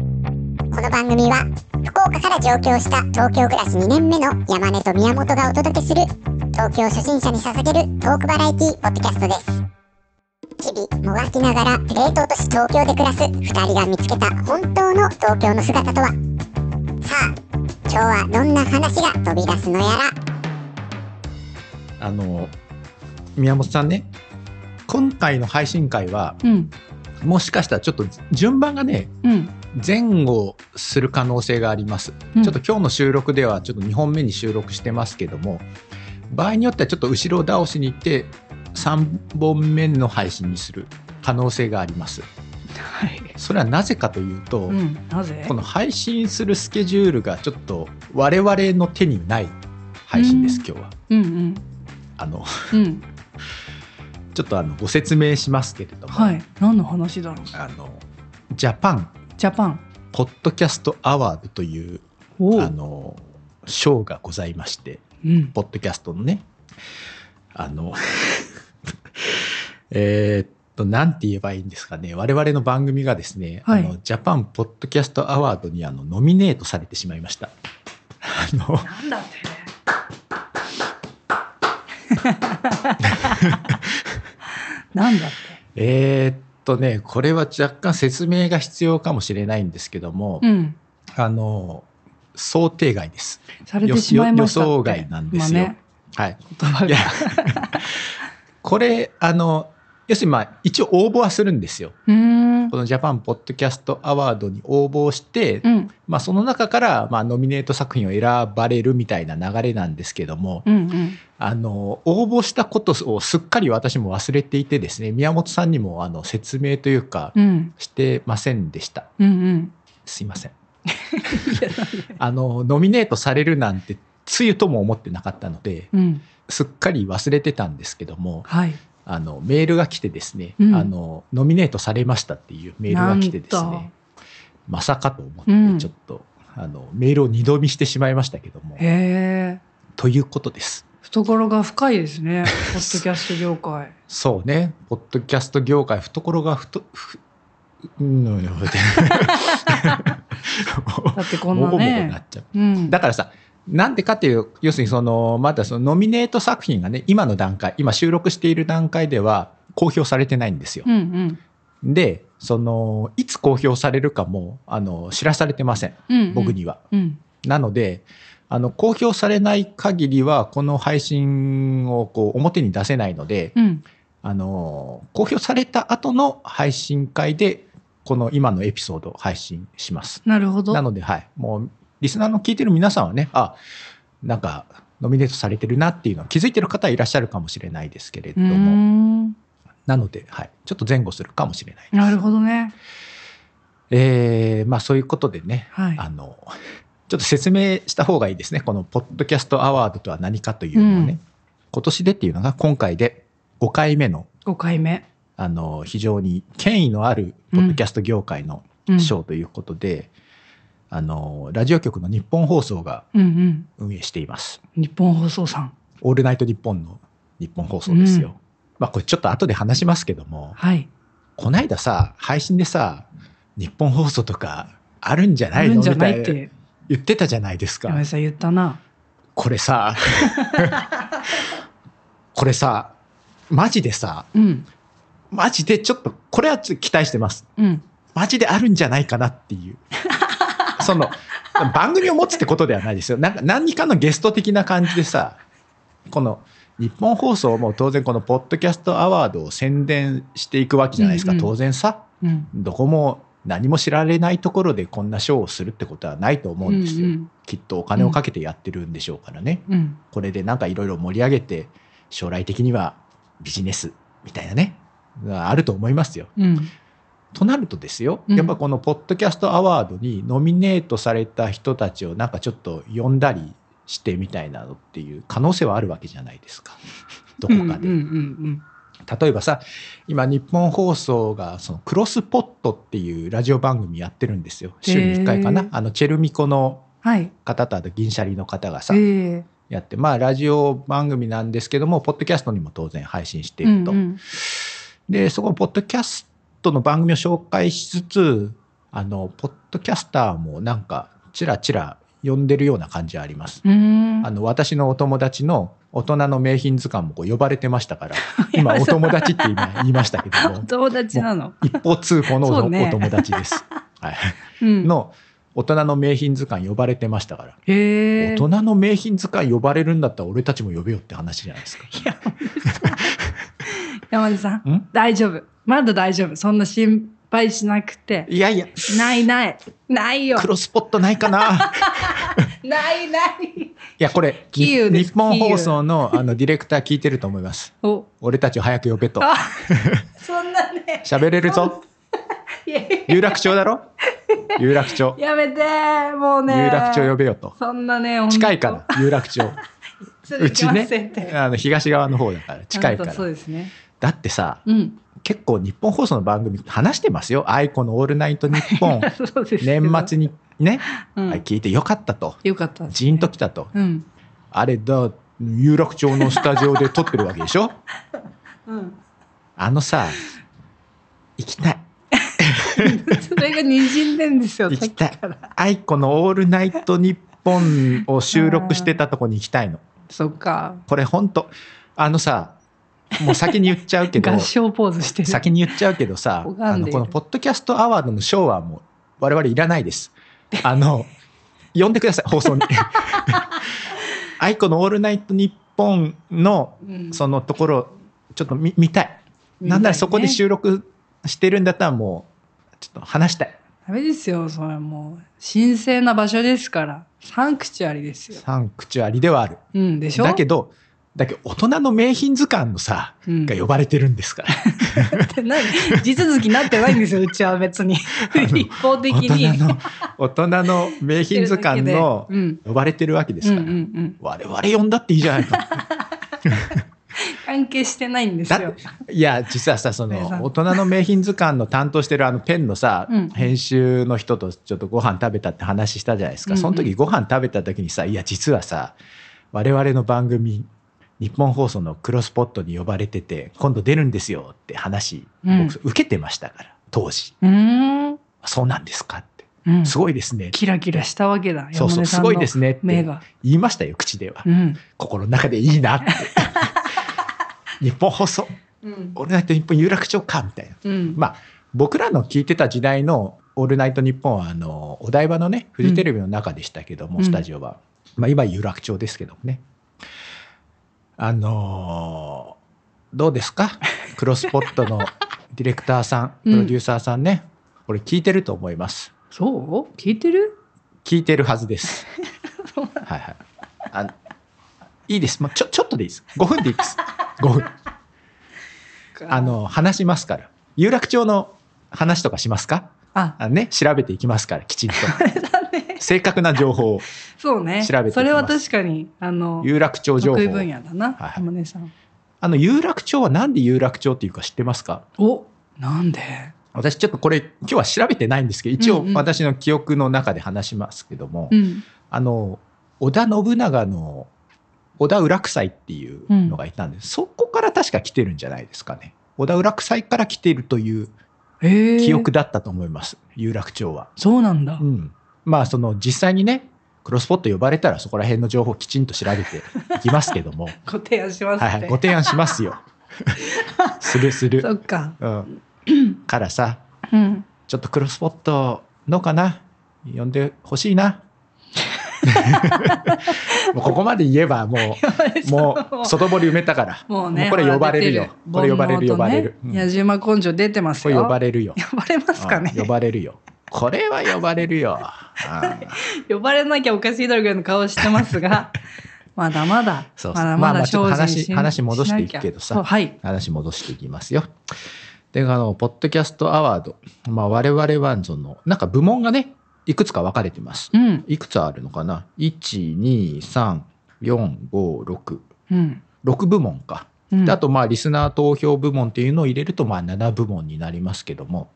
この番組は福岡から上京した東京暮らし2年目の山根と宮本がお届けする東京初心者に捧げるトークバラエティポッドキャストです日々もがきながら冷凍都市東京で暮らす2人が見つけた本当の東京の姿とはさあ今日はどんな話が飛び出すのやらあの宮本さんね今回の配信会はうんもしかしたらちょっと順番がねうん前後する可能性があります、うんちょっと今日の収録ではちょっと2本目に収録してますけども場合によってはちょっと後ろ倒しに行って3本目の配信にする可能性がありますはいそれはなぜかというと、うんなぜこの配信するスケジュールがちょっと我々の手にない配信です、うん今日はうんうんあのうんちょっとあのご説明しますけれども、はい何の話だろうあのジャパンジャパンポッドキャストアワードというおあの賞がございましてうんポッドキャストのねあの えーっとなんて言えばいいんですかね我々の番組がですね、はいあのジャパンポッドキャストアワードにあのノミネートされてしまいました。あのなんだ ってなんだってえーっとねこれは若干説明が必要かもしれないんですけども、うんあの想定外です。されてしまいましたって予想外なんですよまあね、はい、言葉いや がこれあの要するにまあ一応応募はするんですようーんこのジャパンポッドキャストアワードに応募して、うんまあ、その中からまあノミネート作品を選ばれるみたいな流れなんですけども、うんうんあの応募したことをすっかり私も忘れていてですね宮本さんにもあの説明というかうんしてませんでしたうんうんすいませんいやあのノミネートされるなんてつゆとも思ってなかったのでうんすっかり忘れてたんですけどもはいあのメールが来てですね、うんあのノミネートされましたっていうメールが来てですなんとねまさかと思っうんてちょっと、あのメールを二度見してしまいましたけどもへえということです懐が深いです ねポッドキャスト業界そうねポッドキャスト業界懐がふとふうんうんうんもだってこごんもなごなねっちゃううんだからさなんでかっていう要するにそのまだそのノミネート作品がね今の段階今収録している段階では公表されてないんですようんうんでそのいつ公表されるかもあの知らされてませんうんうん僕には、うんなのであの公表されない限りはこの配信をこう表に出せないのでうんあの公表された後の配信会でこの今のエピソードを配信しますなるほどなのではいもうリスナーの聞いてる皆さんはねあなんかノミネートされてるなっていうのは気づいてる方いらっしゃるかもしれないですけれうどーもんなので、はい、ちょっと前後するかもしれないですなるほどねえーまあそういうことでね、はいあのちょっと説明した方がいいですねこのポッドキャストアワードとは何かというのをね、うん今年でっていうのが今回で5回目の5回目、あの非常に権威のあるポッドキャスト業界のうん、賞ということで、あのラジオ局の日本放送がうんうん運営しています日本放送さん「オールナイト日本の日本放送ですよ、うんまあこれちょっと後で話しますけどもはいこないださ配信でさ日本放送とかあるんじゃあないのるんみじたゃいなないって言ってたじゃないですか山根さん言ったなこれ さこれさマジでさうんマジでちょっとこれはちょっと期待してますうんマジであるんじゃないかなって いうその番組を持つってことではないですよなんか何かのゲスト的な感じでさこの日本放送も当然このポッドキャストアワードを宣伝していくわけじゃないですか、うんうん当然さうんどこも何も知られないところでこんな賞をするってことはないと思うんですよ、うんきっとお金をかけてやってるんでしょうからね、うんうんこれでなんかいろいろ盛り上げて将来的にはビジネスみたいなねがあると思いますよ。うんとなるとですよ、うんやっぱこのポッドキャストアワードにノミネートされた人たちをなんかちょっと呼んだりしてみたいなのっていう可能性はあるわけじゃないですか。どこかで。うんうん例えばさ、今日本放送がそのクロスポットっていうラジオ番組やってるんですよ。週に1回かな。へーあのチェルミコのはい方とあと銀シャリの方がさ、ええやって、まあ、ラジオ番組なんですけども、ポッドキャストにも当然配信していると。うんうんで、そこ、ポッドキャストの番組を紹介しつつ、あのポッドキャスターもなんかちらちら呼んでるような感じはあります。うーん。あの私のお友達の大人の名品図鑑もこう呼ばれてました から今いやお友達って 今言いましたけどもお友達なの。一方通行のおそうねお友達です。はい、うん。の大人の名品図鑑呼ばれてましたから、へえ。大人の名品図鑑呼ばれるんだったら俺たちも呼べよって話じゃないですか。山根さん、ん大丈夫。まだ大丈夫。そんな心配しなくて。いやいやないない。ないよク。ロスポットないか なないない。いやこれキーウです日本キーウ放送のあのディレクター聞いてると思います。お、俺たちを早く呼べとあそんなね。喋れるぞいや有楽町だろ有楽町やめて、もうね。有楽町呼べよとそんなね、近いから有楽 町らうちねね。あの東側の方だから近いかあなたそうらですね。だってさうん。」結構日本放送の番組話してますよ「愛子のオールナイトニッポン そうですけど年末にね、うんはい聞いてよかったとよかったですねジーンときたとうん。あれだ有楽町のスタジオで撮ってるわけでしょうん。あのさ行きたいそれが滲んでんですよ。行きたいさっきから。愛子の「オールナイトニッポン」を収録してたとこに行きたいの。そっか。これ本当あのさもう先に言っちゃうけど 合唱ポーズしてる。先に言っちゃうけどさ拝んでいるあのこのポッドキャストアワードの賞はもう我々いらないです。あの呼んでください放 送に。愛子の「オールナイトニッポン」のうんそのところちょっと見見たい。なんならそこでね収録してるんだったらもうちょっと話したい。ダメですよ。それもう神聖な場所ですから。サンクチュアリですよ。サンクチュアリではある。うんでしょ。だけどだけど大人の名品図鑑のさうんが呼ばれてるんですから。ってない地続きになってないんですよ。うちは 別に一方的大に。人の大人の名品図鑑のうん。呼ばれてるわけですから、うんうんうん、我々呼んだっていいじゃないか関係してないんですだよっ。いや実はさそねえさんの大人の名品図鑑の担当してるあのペンのさ、 うん編集の人とちょっとご飯食べたって話したじゃないですか、うんうんその時ご飯食べた時にさいや実はさ我々の番組日本放送のクロスポットに呼ばれてて今度出るんですよって話、うん僕受けてましたから当時うーん。そうなんですかって、うんすごいですねってキラキラしたわけだ。そうそうすごいですね。ねって目が。言いましたよ口では、うん。心の中でいい なって日本放送うん「オールナイト日本有楽町か」みたいなうん。まあ僕らの聞いてた時代の「オールナイト日本はあのお台場のねフジテレビの中でしたけども、うんスタジオは、まあ、今有楽町ですけどもねあのーどうですかクロスポット のディレクターさんプうんロデューサーさんね、これ聞いてると思いますそう聞いてる聞いてるはずです。はいはい。あのいいです。もうちょちょっとでいいです。5分でいいです。5分。あ、の話しますから。有楽町の話とかしますか？あ、あのね調べていきますからき ちんと。正確な情報をそうね。調べていきますそれは確かに、あの、有楽町情報得意。分野だはな、いはい山根さん。あの有楽町はなんで有楽町っていうか知ってますか？おなんで私ちょっとこれ今日は調べてないんですけど、一う応んうん私の記憶の中で話しますけども、うん。あの織田信長の織田浦夫妻っていうのがいたんです、そこから確か来てるんじゃないですかね織田浦夫妻から来てるというええ。記憶だったと思います、有楽町は、そうなんだう。ん、まあその実際にねクロスポット呼ばれたらそこら辺の情報をきちんと調べていきますけど もご提案しますはい、っはい、てご。提案します よするすそる、っか。うん、からさうん。ちょっとクロスポットのかな呼んでほしい なもうここまで言えばもう もう外堀埋めたから。もうね、もうこれ呼ばれるよ腹立てこれ呼ばれる煩悩と呼ばれるうんね、矢島根性出てますこれよ。呼ばれるよ。呼ばれますかねうん。呼ばれるよ。これは呼ばれるよ。うん呼ばれなきゃおかしいだろうぐらいの顔してま すが、まだまだ、そうまだまあままあだちょっと精進話し話戻していくけどさしなきゃそうはい。話戻していきますよ。で、あの、ポッドキャストアワード。まあ、我々は、その、なんか部門がね、いくつか分かれてます。うん。いくつあるのかな ?1、2、3、4、5、6。うん。 6部門か。うん、であと、まあ、リスナー投票部門っていうのを入れると、まあ、7部門になりますけども、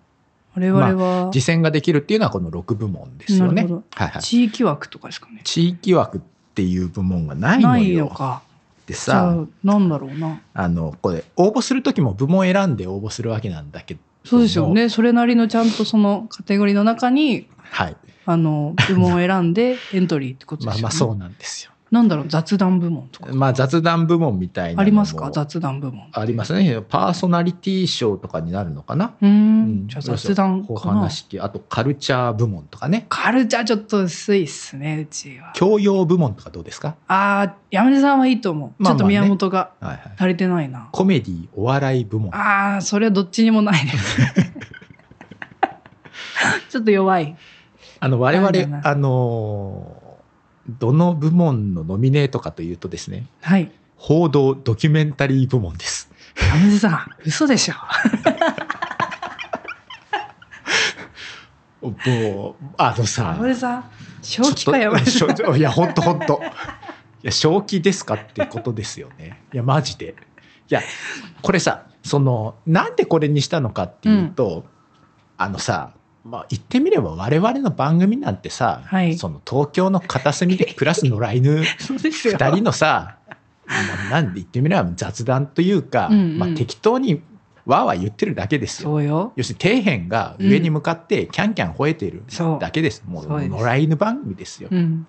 我々は、実践ができるっていうのはこの6部門ですよね。なるほどはいはい。地域枠とかですかね。地域枠っていう部門がないなのいよのか。でじゃさあ、なんだろうな。あのこれ応募する時も部門選んで応募するわけなんだけそうですよね。それなりのちゃんとそのカテゴリーの中に、はい。あの、部門を選んでエントリーってことで ますあよね。まあそうなんですよ。なんだろう、雑談部門とか。まあ雑談部門みたいなのもありますか雑談部門。ありますね。パーソナリティ賞とかになるのかな。うー。うんじゃあ雑談おかな。話系あとカルチャー部門とかね。カルチャーちょっと薄いっすね、うちは。教養部門とかどうですかああ、山根さんはいいと思う。まあまあねちょっと宮本がはいはい。足りてないな。コメディ、お笑い部門。ああ、それはどっちに もないです。ちょっと弱い。あの、我なんだ々、なあのーどの部門のノミネートかというとですね、はい。報道ドキュメンタリー部門です。山根さん、嘘でしょ。もう、あのさ、山根さん、正気か山根ちさょっん。といや本当本 当いや正気ですかってことですよね いやマジでいやこれさそのなんでこれにしたのかっていうと、あのさまあ言ってみれば我々の番組なんてさ、はいその東京の片隅で暮らす野良 犬そうですよ。二人のさまあなんで言ってみれば雑談というか、うんうんまあ、適当にわーわー言ってるだけですよ。そうよ。要するに底辺が上に向かってキャンキャン吠えてるそうだけです、もそううです野良犬番組ですよ、うん。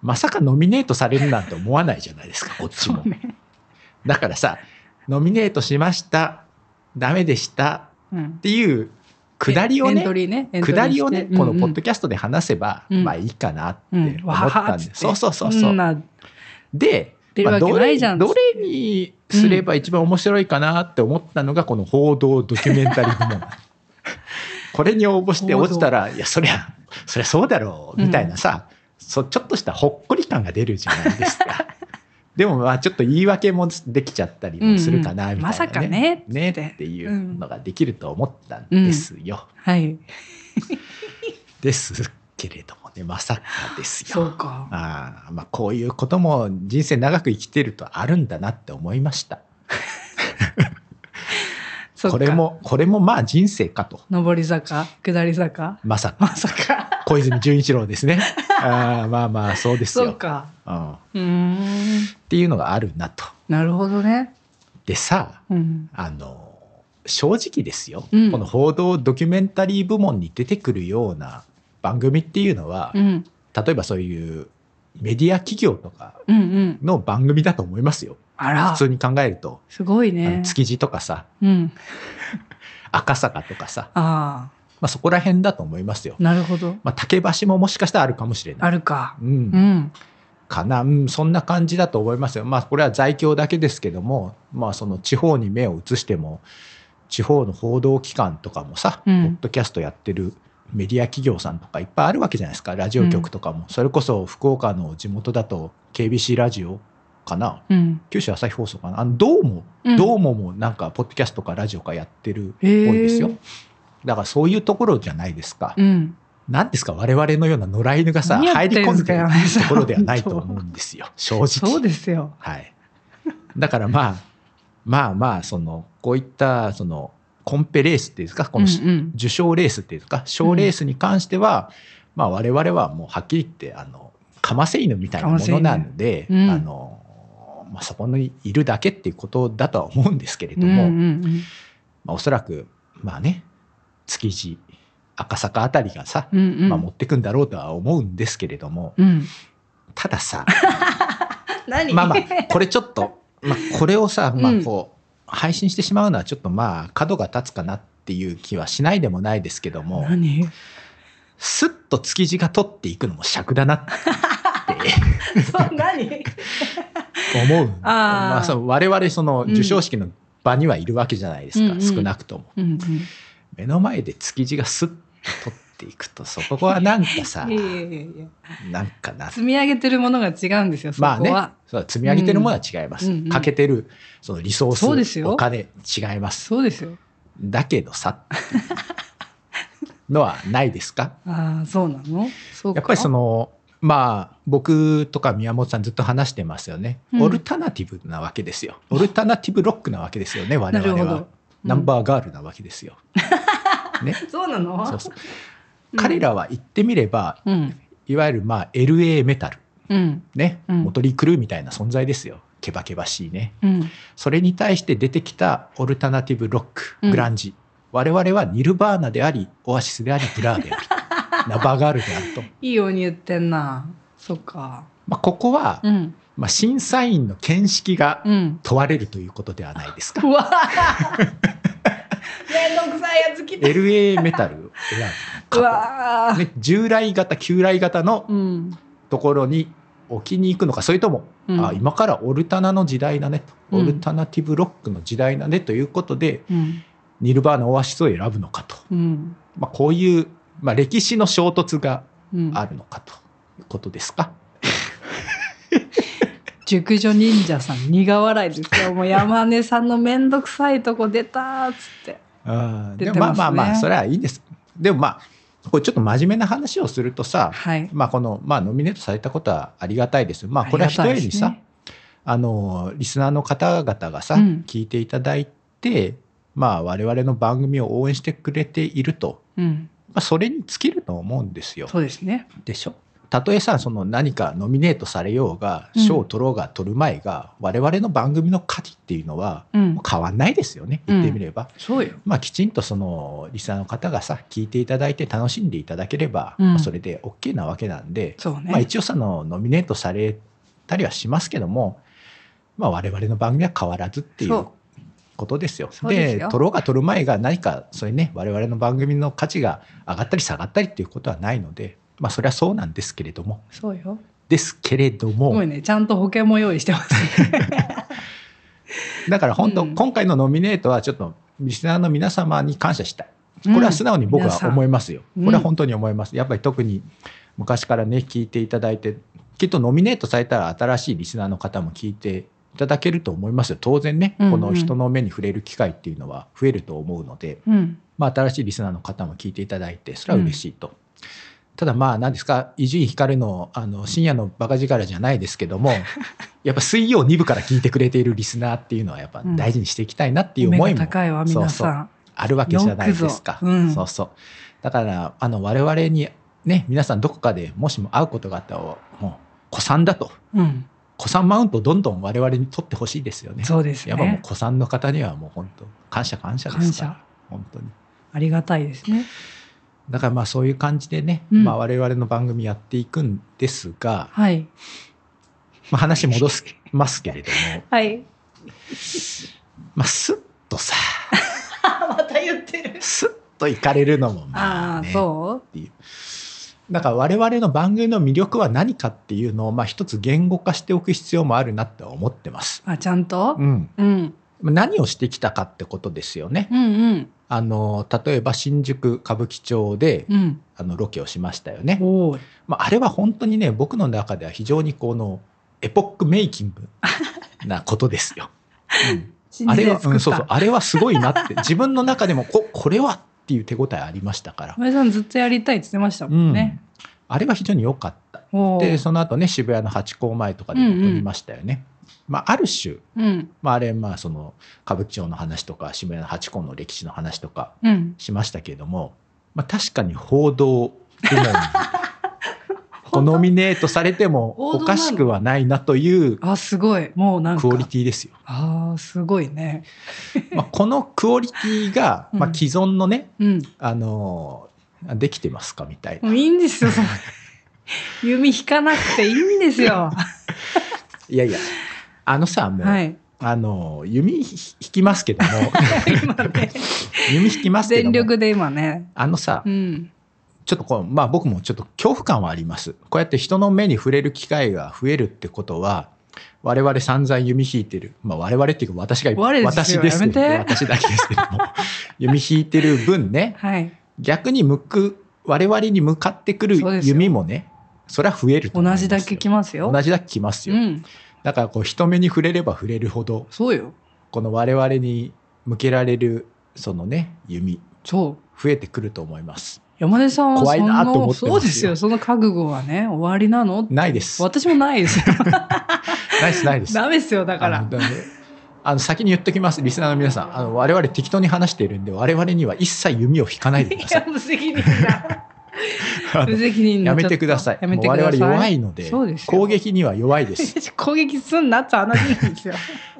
まさかノミネートされるなんて思わないじゃない ですか、こっちそもう。ね。だからさ、ノミネートしました、ダメでしたうんっ。ていう、下りをエントね、リーね。エントリーして下りをね、このポッうんドキャストで話せば、うんまあいいかなってうん思ったんで、うんそうそうそうそそんう。なで、出るまあわけどないれじゃん。どれにすれば一番面白いかなって思ったのが、この報道ドキュメンタリー部 門。これに応募して落ちたら、いや、そりゃ、そりゃそうだろう、みたいなさ、そうちょっとしたほっこり感が出るじゃないです か。でもまあちょっと言い訳もできちゃったりもするかなうんうんみまたさいなかね、ねってねっていうのができると思ったんですよ、はい。ですけれどもねまさかですそようか。あーまあこういうことも人生長く生きてるとあるんだなって思いましたそっこかれ。もこれもまあ人生かと上り坂、下り坂。まさか まさか。小泉純一郎 ですねあーまあまあそうですよそうか。うん、っうーん。ていうのがあるなとなるほどね。でさうん。あの正直ですよ、うんこの報道ドキュメンタリー部門に出てくるような番組っていうのは、うん。例えばそういうメディア企業とかうんうん。の番組だと思いますよあら普。通に考えると、すごいあのね。築地とかさうん。赤坂とかさ、あまあ、そこら辺だと思いますよあ、、なるほど。まあ、竹橋ももしかしたらあるかもしれなあい、るか。う、うんん。かな、うん、そんな感じだと思いますよまあこれは在京だけですけどもまあその地方に目を移しても地方の報道機関とかもさ、うんポッドキャストやってるメディア企業さんとかいっぱいあるわけじゃないですかラジオ局とかも、それこそ福岡の地元だと KBC ラジオかなうん。九州朝日放送かなあのどうも、うんどうももなんかポッドキャストかラジオかやってるっぽへーいですよ、だからそういうところじゃないですか、うん。なんですか我々のような野良犬がさ何や入っりて込んんすでかる山根さんところではないと思うんですよ正直 そうですよ。はい、だからまあまあまあそのこういったそのコンペレースっていうんですかこの、うんうん受賞レースっていうんですか賞レースに関しては、まあ我々はもうはっきり言ってあのかませ犬みたいなものなんで、かませ犬うんあのまあ、そこにいるだけっていうことだとは思うんですけれうんどうも、んまあ、おそらくまあね築地赤坂あたりがさ、うん。うんうん。まあ、持ってくんだろうとは思うんですけれどもうん。たださ何まあ まあこれちょっと、まあ、これをさ、まあこう配信してしまうのはちょっとまあ角が立つかなっていう気はしないでもないですけども何すっと築地が取っていくのも尺だなってそう、何思う あーまあ、そう我々そのうん授賞式の場にはいるわけじゃないですか、うんうん少なくともうん目の前で築地がすっと取っていくとそこはなんかさうん。 いやいやいやいや。なんかな積み上げてるものが違うんですよ、そこまあねは。、そう積み上げてるものは違います。うんうんかけてるそのリソース、そうですよお金違います。そうですよ。だけどさ、のはないですかああ、そうなのそうか。やっぱりその、まあ、僕とか宮本さんずっと話してますよね。うんオルタナティブなわけですよ。オルタナティブロックなわけですよね、我 なる々ほは。ど。ナンバーガールなわけです よ。ね。うんそうなのそうそううん彼らは言ってみれば、うん。いわゆるまあ LA メタル、うん。ね、うんモトリークルーみたいな存在ですよ。ケバケバしいね。うん。それに対して出てきたオルタナティブロック、うんグランジ我々はニルバーナでありオアシスでありブラー でありナバガールであると、いいように言ってんな。そっか。まあ、ここは、うん。まあ、審査員の見識がうん。問われるということではないですかうわあ めんどくさいやつ来た。 LA メタルを選ぶ かうわあと、ね、従来型旧来型のうん。ところに置きに行くのかそれとも、うんあ今からオルタナの時代だねとうオんルタナティブロックの時代だねということで、うん。ニルバーナオアシスを選ぶのかと、うん。まあ、こういう、まあ、歴史の衝突がうん。あるのかということですか。熟女忍者さん苦笑いですよ。もう山根さんのめんどくさいとこ出たーっつって。うん出でてもまあますねまあまあそれはいいです。でもまあこれちょっと真面目な話をするとさ、はい。まあ、この、まあ、ノミネートされたことはありがたいです。まあ、これはりひがとたいえですねにさ、あのリスナーの方々がさ、うん聞いていただいて、まあ、我々の番組を応援してくれていると、うん。まあ、それに尽きると思うんですよ。そうですね。でしょたとえさその何かノミネートされようがうん賞を取ろうが取る前が、我々の番組の価値っていうのはうん。変わんないですよね言ってみれば、そうよ。まあ、きちんとそのリスナーの方がさ聞いていただいて楽しんでいただければ、うんまあそれで OK なわけなんで、そうね。まあ、一応そのノミネートされたりはしますけども、まあ、我々の番組は変わらずっていそううことですよ。そうですよ取ろうが取る前が何かそれね我々の番組の価値が上がったり下がったりっていうことはないので、まあ、それはそうなんですけれどもそうよ。ですけれどすごもいね。ちゃんと保険も用意してますね。だから本当、うん今回のノミネートはちょっとリスナーの皆様に感謝したい。これは素直に僕皆さはん思いますよ。うんこれは本当に思います。やっぱり特に昔からね、聞いていただいて、きっとノミネートされたら新しいリスナーの方も聞いていただけると思いますよ。当然ね、うんうんこの人の目に触れる機会っていうのは増えると思うので、うん。まあ、新しいリスナーの方も聞いていただいて、それは嬉しいと。ただまあ何ですか伊集院光のあの深夜のバカ力じゃないですけ どもやっぱ水曜2部から聞いてくれているリスナーっていうのはやっぱ大事にしていきたいなっていう思いおも目が高いわ、皆さあるわけじゃないですよか。くぞうんそうそう。だから、あの、我々に、ね、皆さんどこかでもしも会うことがあったら、もう、古参だと。ん。うん。古参マウントをどんどん我々に取ってほしいですよね。そうですやっぱもうね。古参の方にはもう本当、感謝感謝で感すから謝。。本当に。ありがたいですね。だからまあそういう感じでね、うんまあ我々の番組やっていくんですが、はい。まあ話戻すますけれども、 はい。まあスッとさ、また言ってる。スッと行かれるのもまああ、あ、ね、そっていう。だから我々の番組の魅力は何かっていうのを、まあ、一つ言語化しておく必要もあるなとは思ってます。う。あ、ちゃんとう。ん、うん。何をしてきたかってことですよね。うんうん。あの例えば新宿歌舞伎町でうん。あのロケをしましたよね。おお。まあ、あれは本当にね僕の中では非常にこのエポックメイキン グなことですよ。うん信あじれては、うん作った。そうそうあれはすごいなって自分の中でもここれはっていう手応えありましたから、前さんずっとやりたいって言ってましたもんね。あれは非常に良かった。おお。でその後ね渋谷のハチ公前とかでも撮りましたよね。まあ、ある種、うん。まあ、あれまあその歌舞伎町の話とか渋谷のハチ公の歴史の話とかうん。しましたけれども、まあ、確かに報道部 門にこうノミネートされても報道おなのかしくはないなというあ、すごい。もうなんか。クオリティですよ。ああ、すごいね。まあ、このクオリティが、まあ、うん既存のね、うん。あのーできてますかみたいもな。ういい んですよ。その弓引かなくていいんで すよ。いやいやあのさもう、はい。あのー弓引きますけども 今ね。弓引きますけども全力で今ね。あのさ、うん。ちょっとこう、まあ僕もちょっと恐怖感はあります。こうやって人の目に触れる機会が増えるってことは、我々散々弓引いてる。まあ我々っていうか私が、我々です私よですけどやめ私だけですけども、 弓引いてる分ね、はい。逆に向く、我々に向かってくるそうですよ弓もね、それは増えると思い同ますじよだけ来ますよ。同じだけ来ますよ。うん。だからこう人目に触れれば触れるほど、そうよ。この我々に向けられる、そのね、弓、そう。増えてくると思います。山根さんはそ怖いのなと思ってますよそうですよ。その覚悟はね、終わりなのないです。な私もな いですよ。いです、ないです。ダメですよ、だかあらの。だねあの先に言っときますリスナーの皆さんあの我々 適当に話しているんで我々には一切弓を引かないでくだいさや、 い無責任だ。あの無責任なやめてくださちょい。っとやめもうてくだ我さ々い。弱いのでそうですよ攻撃には弱いです。 攻撃すんなって話な んですよ。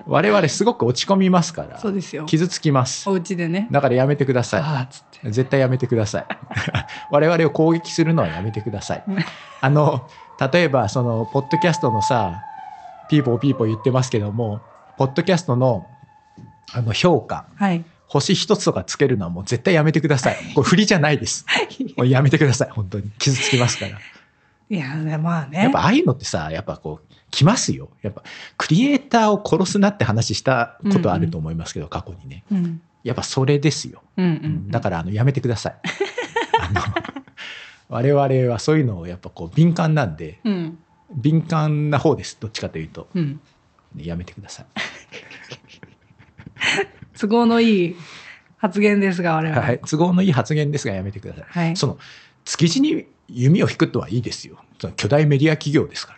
我々すごく落ち込みますからそうですよ。傷つきますお。家でね。だからやめてくださああ、つってい。。絶対やめてください。 我々を攻撃するのはやめてくだ さい。あの例えばそのポッドキャストのさピーポーピーポー言ってますけどもポッドキャストのあの評価はい。星一つとかつけるのはもう絶対やめてくだ さい。これ振りじゃないです。もうやめてください。本当に傷つきますから。いや、まあね。やっぱああいうのってさ、やっぱこう、来ますよ。やっぱ、クリエイターを殺すなって話したことあると思いますけど、過去にね。うん。やっぱそれですよ。うんうん、だから、あの、やめてくだ さい。あの我々はそういうのをやっぱこう、敏感なんで、ら。うん。敏感な方です。どっちかというと。うん。やめてくださ都合のいい発言ですが、我い。々。はい。都合のいい発言ですが、やめてください。はい。その、築地に弓を引くとはいいですよ。その巨大メディア企業です か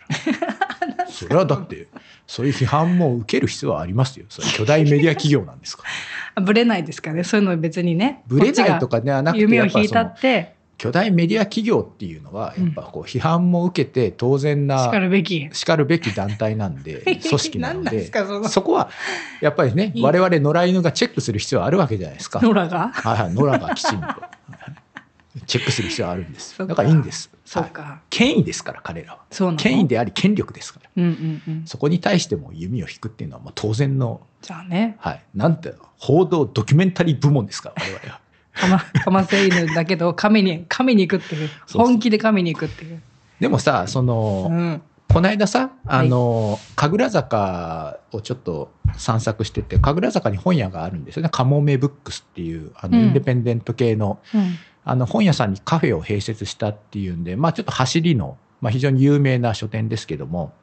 ら。それはだって、そういう批判も受ける必要はありますよ。それ巨大メディア企業なんです から。あぶれないですかね。そういうの別にね。ブレないとかではこなっちがくて、夢やをっぱ引いそたのって、巨大メディア企業っていうのは、やっぱこう批判も受けて当然しかな、るべき。しかるべき団体なん で、組織なの何なんでで、すかそのそこはやっぱりね、いい我々野良犬がチェックする必要はあるわけじゃないですか。ノラが。はいはい、野良がきちんとチェックする必要はあるんです。そっだかからいいんです。そはういか。権威ですから彼らはそうなの。権威であり権力ですからうんうんうん。そこに対しても弓を引くっていうのはもう当然の、じゃあね、はい、なんて報道ドキュメンタリー部門ですから我々は かま、かませ犬だけど、亀に、亀に行くっていう。そう本気で亀に行くっていう。でもさその、うん。この間さあの、神楽坂をちょっと散策してて神楽坂に本屋があるんですよねカモメブックスっていうあの、うんインデペンデント系のうん。あの本屋さんにカフェを併設したっていうんで、まあ、ちょっと走りの、まあ、非常に有名な書店ですけども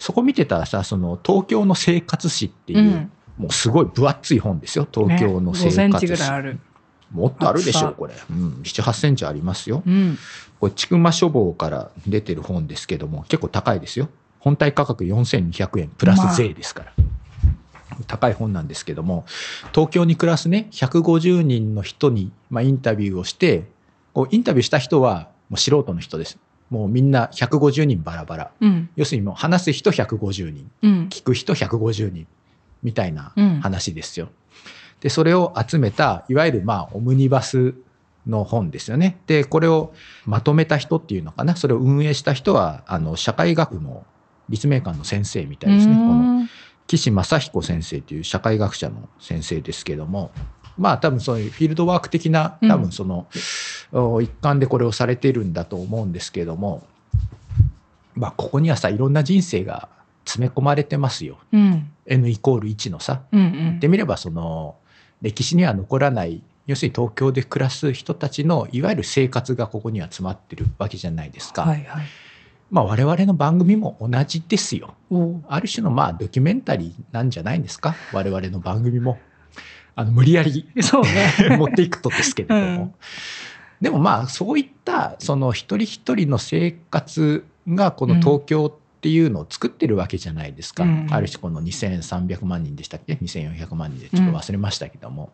そこ見てたらさその東京の生活史っていう、うんもうすごい分厚い本ですよ東京の生ね5セン活チぐらい史、ある。もっとあるでし厚ょさうこれ、うん、78センチありますようん。これ千曲書房から出てる本ですけども結構高いですよ本体価格4200円プラス税ですから、高い本なんですけども東京に暮らすね150人の人に、まあ、インタビューをしてこうインタビューした人はもう素人の人ですもうみんな150人バラバラうん。要するにもう話す人150人うん。聞く人150人みたいなうん話ですよ。でそれを集めたいわゆるまあオムニバスの本ですよね。でこれをまとめた人っていうのかなそれを運営した人はあの社会学の立命館の先生みたいですね。この岸正彦先生という社会学者の先生ですけどもまあ多分そういうフィールドワーク的なうん多分その、お一環でこれをされてるんだと思うんですけどもまあここにはさいろんな人生が詰め込まれてますようん N イコール1のさ。うんう言んってみればその歴史には残らない要するに東京で暮らす人たちのいわゆる生活がここには詰まってるわけじゃないですか。はいはい。まあ我々の番組も同じですよ。おお。ある種のまあドキュメンタリーなんじゃないんですか我々の番組もあの無理やりそう ね。持っていくとですけれども、うんでもまあそういったその一人一人の生活がこの東京っていうのを作ってるわけじゃないですか、うんある種この2300万人でしたっけ2400万人でちょっと忘れましたけども、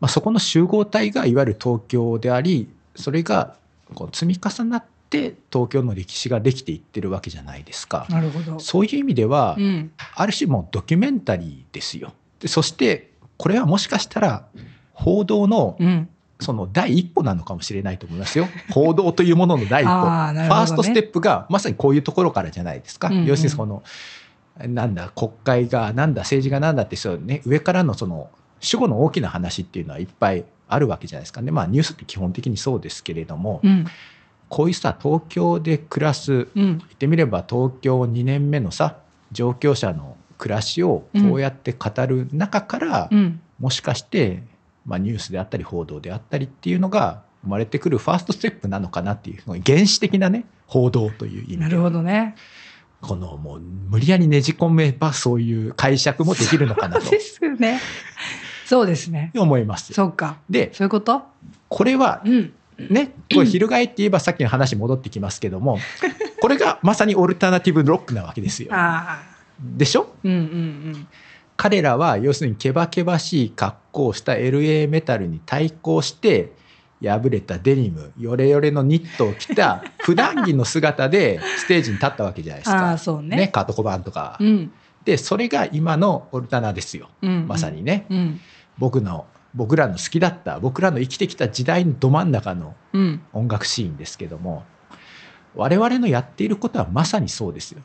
まあ、そこの集合体がいわゆる東京でありそれがこう積み重なって東京の歴史ができていってるわけじゃないですか。なるほど。そういう意味では、うん。ある種もうドキュメンタリーですよ。でそしてこれはもしかしたら報道のうん。その第一歩なのかもしれないと思い ますよ。報道というものの第一歩。ああ、なるフほァーど、ね。ストステップがまさにこういうところからじゃないですか。うんうん要するにそのなんだ国会がなんだ政治がなんだってそう、ね、上からのその主語の大きな話っていうのはいっぱいあるわけじゃないですかね。まあニュースって基本的にそうですけれども、うん。こういうさ東京で暮らすうん。言ってみれば東京2年目のさ上京者の暮らしをこうやって語る中から、うん。もしかして、まあ、ニュースであったり報道であったりっていうのが生まれてくるファーストステップなのかなっていう原始的なね報道という意な味るほどね。このもう無理やりねじ込めばそういう解釈もできるのかなそとうですよね。そうですね。思います。そうか。でそういうことこれはうん。ねこれ翻って言えばさっきの話戻ってきますけど もこれがまさにオルタナティブロックなわけですよ。ああ。でしょうんうん彼らは要するにケバケバしい格好をした LA メタルに対抗して破れたデニムヨレヨレのニットを着 た普段着の姿でステージに立ったわけじゃないですああか、そうねねカート・コバーンとか、うんでそれが今のオルタナですようんまさにね、うん僕の僕らの好きだった僕らの生きてきた時代のど真ん中のうん音楽シーンですけども我々のやっていることはまさにそう ですよ。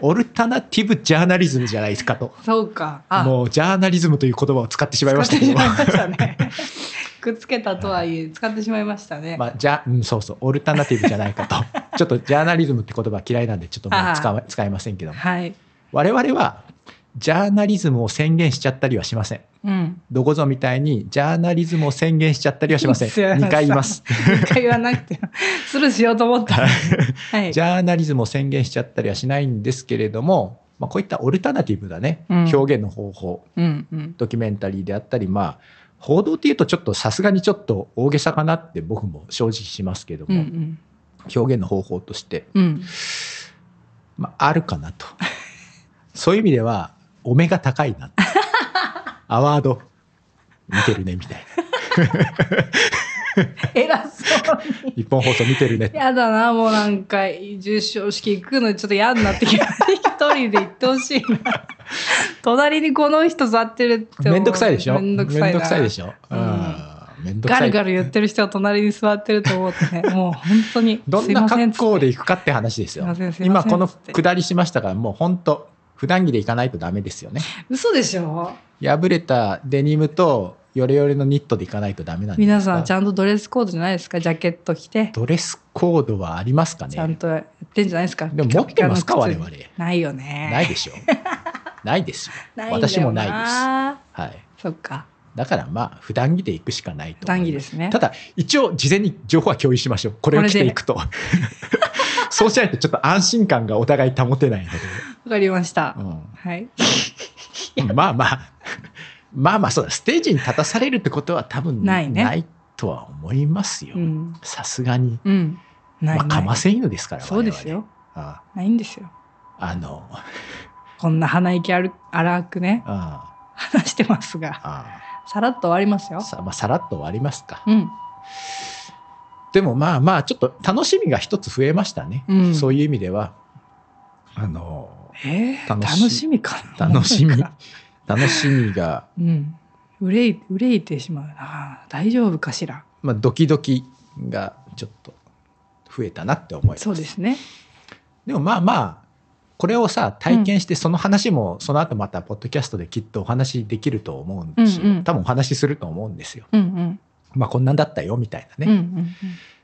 オルタナティブジャーナリズムじゃないですかと。そうかあもうジャーナリズムという言葉を使ってしまいましたけども、使ってしまいましたね くっつけたとはいえ使ってしまいましたね、まあ、じゃうん、そうそうオルタナティブじゃないかと ちょっとジャーナリズムって言葉嫌いなんでちょっともう使わ使いませんけどもはい我々はジャーナリズムを宣言しちゃったりはしませんうんどこぞみたいにジャーナリズムを宣言しちゃったりはしません すいません2回言います一回言わなくてもするしようと思った らはいジャーナリズムを宣言しちゃったりはしないんですけれども、まあ、こういったオルタナティブだね、うん表現の方法うんうんドキュメンタリーであったりまあ報道っていうとちょっとさすがにちょっと大げさかなって僕も正直しますけどうんうも、ん表現の方法として、うんまあ、あるかなと そういう意味ではお目が高いな とアワード見てるねみたいな偉そうに日本放送見てるねってやだなもうなんか授賞式行くのちょっと嫌になってきた一人で行ってほしいな隣にこの人座ってるってめんどくさいでしょめんどくさいめんなどくさいでしょ、ううんん、めんどくガさいルガル言ってる人は隣に座ってると思ってねもう本当に どすんいなません格好で行くかって話ですよすいませんす。い今ませんこのつって下りしましたから、もう本当普段着で行かないとダメですよね。嘘でしょ破れたデニムとヨレヨレのニットで行かないとダメなんです皆さんちんゃんとドレスコードじゃないですかジャケット着てドレスコードはありますかちゃんね。とやってんじゃないですかでも持ってますかピカピ我カの々。靴ないよねないでしょ。ないですよ。ないんだよ私もないです。はい。そっかだからまあ普段着で行くしかないと思います。談義ですねただ一応事前に情報は共有しましょう。これを着ていく と。そうしないとちょっと安心感がお互い保てないので。わかりました、うんはいまあまあ、まあまあそうだ、ステージに立たされるってことは多分ないねないとは思いますよう。んさすがに。うんないまあ、なかいません犬ですから、そうですよ我々。あないんですよああの、こんな鼻息ある荒くねあ話してますがあさらっと終わりますよさまあ、さらっと終わりますか。うんでもまあまあ、ちょっと楽しみが一つ増えましたね。うんそういう意味では。あの、えー、楽楽ししみかな楽しみなんか、楽しみが、うん憂い憂いてしまうな大丈夫かしらまあ、ドキドキがちょっと増えたなって思います。そうですねでもまあまあこれをさ体験してその話もその後またポッドキャストできっとお話できると思うんですよ、うんうん多分お話しすると思うんですよ。うんうんまあこんなんだったよみたいなうんうね、んうん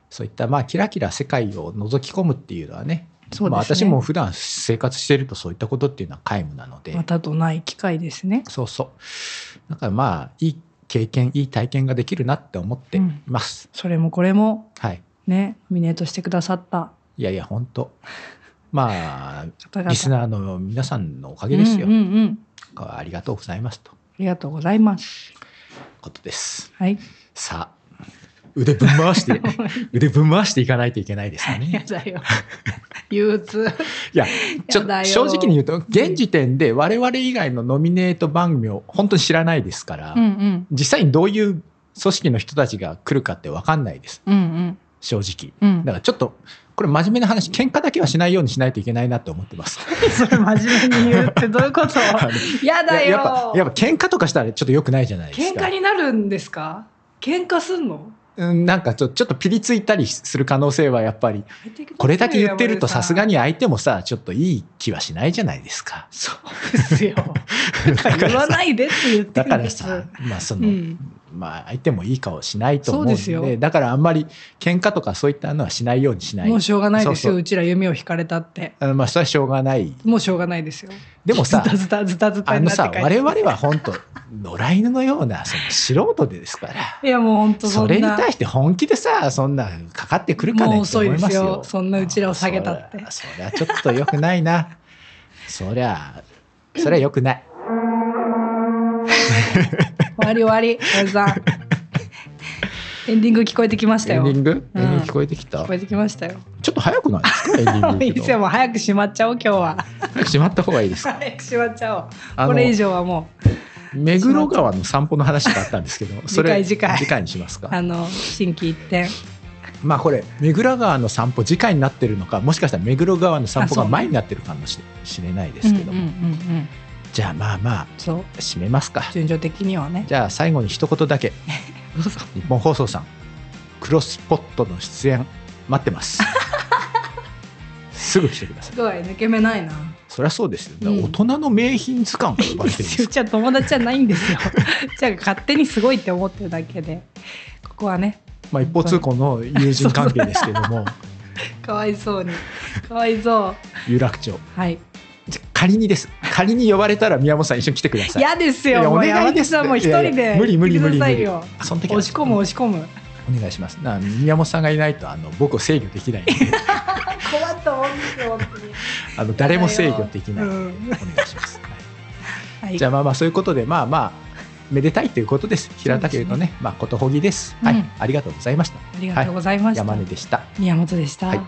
そういったまあキラキラ世界を覗き込むっていうのはねそうですねまあ、私も普段生活してるとそういったことっていうのは皆無なので、またとない機会ですね。そうそうだからまあいい経験いい体験ができるなって思っています。それもこれもはい、ね、ノミネートしてくださったいやいや本当まあ方々。リスーナーの皆さんのおかげですよ、うんうんうん。ありがとうございますというありがとうございます。ことです。はい。さあ腕ぶん回して 腕ぶん回していかないといけないですよやね。だよ。憂鬱。いやちょやだよ正直に言うと現時点で我々以外のノミネート番組を本当に知らないですから、うんうん。実際にどういう組織の人たちが来るかって分かんないですうん正直。うん。うんだ。からちょっとこれ真面目な話喧嘩だけはしないようにしないといけないなと思ってます。 それ真面目に言うってどういうこと やだやよ。やっぱやっぱ喧嘩とかしたらちょっと良くないじゃないです喧か。嘩になるんですか喧嘩すんのうんなんかちょちょっとピリついたりする可能性はやっぱりこれだけ言ってるとさすがに。に相手もさちょっといい気はしないじゃないですか。そうですよ。 だか言らわさないでって言ってだるかんでらす。さまあそうの、ん。まあ相手もいい顔しないと思うそうんですでよだからあんまり喧嘩とかそういったのはしないようにしないもうしょうがないですそうよ。そうちら弓を引かれたって。あのまあそれはしょうがないもうしょうがないですよ。でも さズタズタズタズタあにのなってさ帰って我々は本当野良犬のようなその素人でですからいやもう本当そそんなれに対して本気でさそんなかかってくるかもねうって遅思いいでますすよよそんなうちらを下げたってそりゃそりゃちょっと良くないなそりゃそりゃ良くない終わり終わり おじさんエンディング聞こえてきましたエンよディ聞ング、うんエンディング聞こえてきたこえてきましたよちょっと早くない ですかエンディおング行く店のも早く閉まっちゃおう今日は早く閉まった方がいいですか早く閉まっちゃおうあのこれ以上はもう目黒川の散歩の話があったんですけど、それ次回次回にしますか。あの心機一転まあこれ目黒川の散歩次回になってるのか、もしかしたら目黒川の散歩あがそう前になってるかもししれないですけどうんうんも、うんうん、じゃあまあまあそう締め ますか。順序的にはねじゃあ最後に一言だ け、どうぞ日本放送さん、クロスポットの出演待って ます。すぐ来てください。すごい抜け目ないなそりゃそうですよ、うん大人の名品図鑑から呼ばれてるんですう ちは友達じゃないん ですよじゃあ勝手にすごいって思ってるだけでここはねまあ、一方通行の友人関係ですけどもかわいそうにかわいそう有楽町はいじゃ仮にです仮に呼ばれたら宮本さん一緒に来てください嫌ですいやよお願いもう山口さんも一人いやいやで無理無理行ってください無理よその時は押し込む押し込むお願いしますな宮本さんがいないとあの僕を制御できないの で困ったもんですよ本当にあの誰も制御できないので、うんお願いします、はいはいじゃあまあまあそういうことでまあまあめでたいということです平たく言うとねまあことほぎです、はういんありがとうございましたありがとうございました、山根でした宮本でした、はい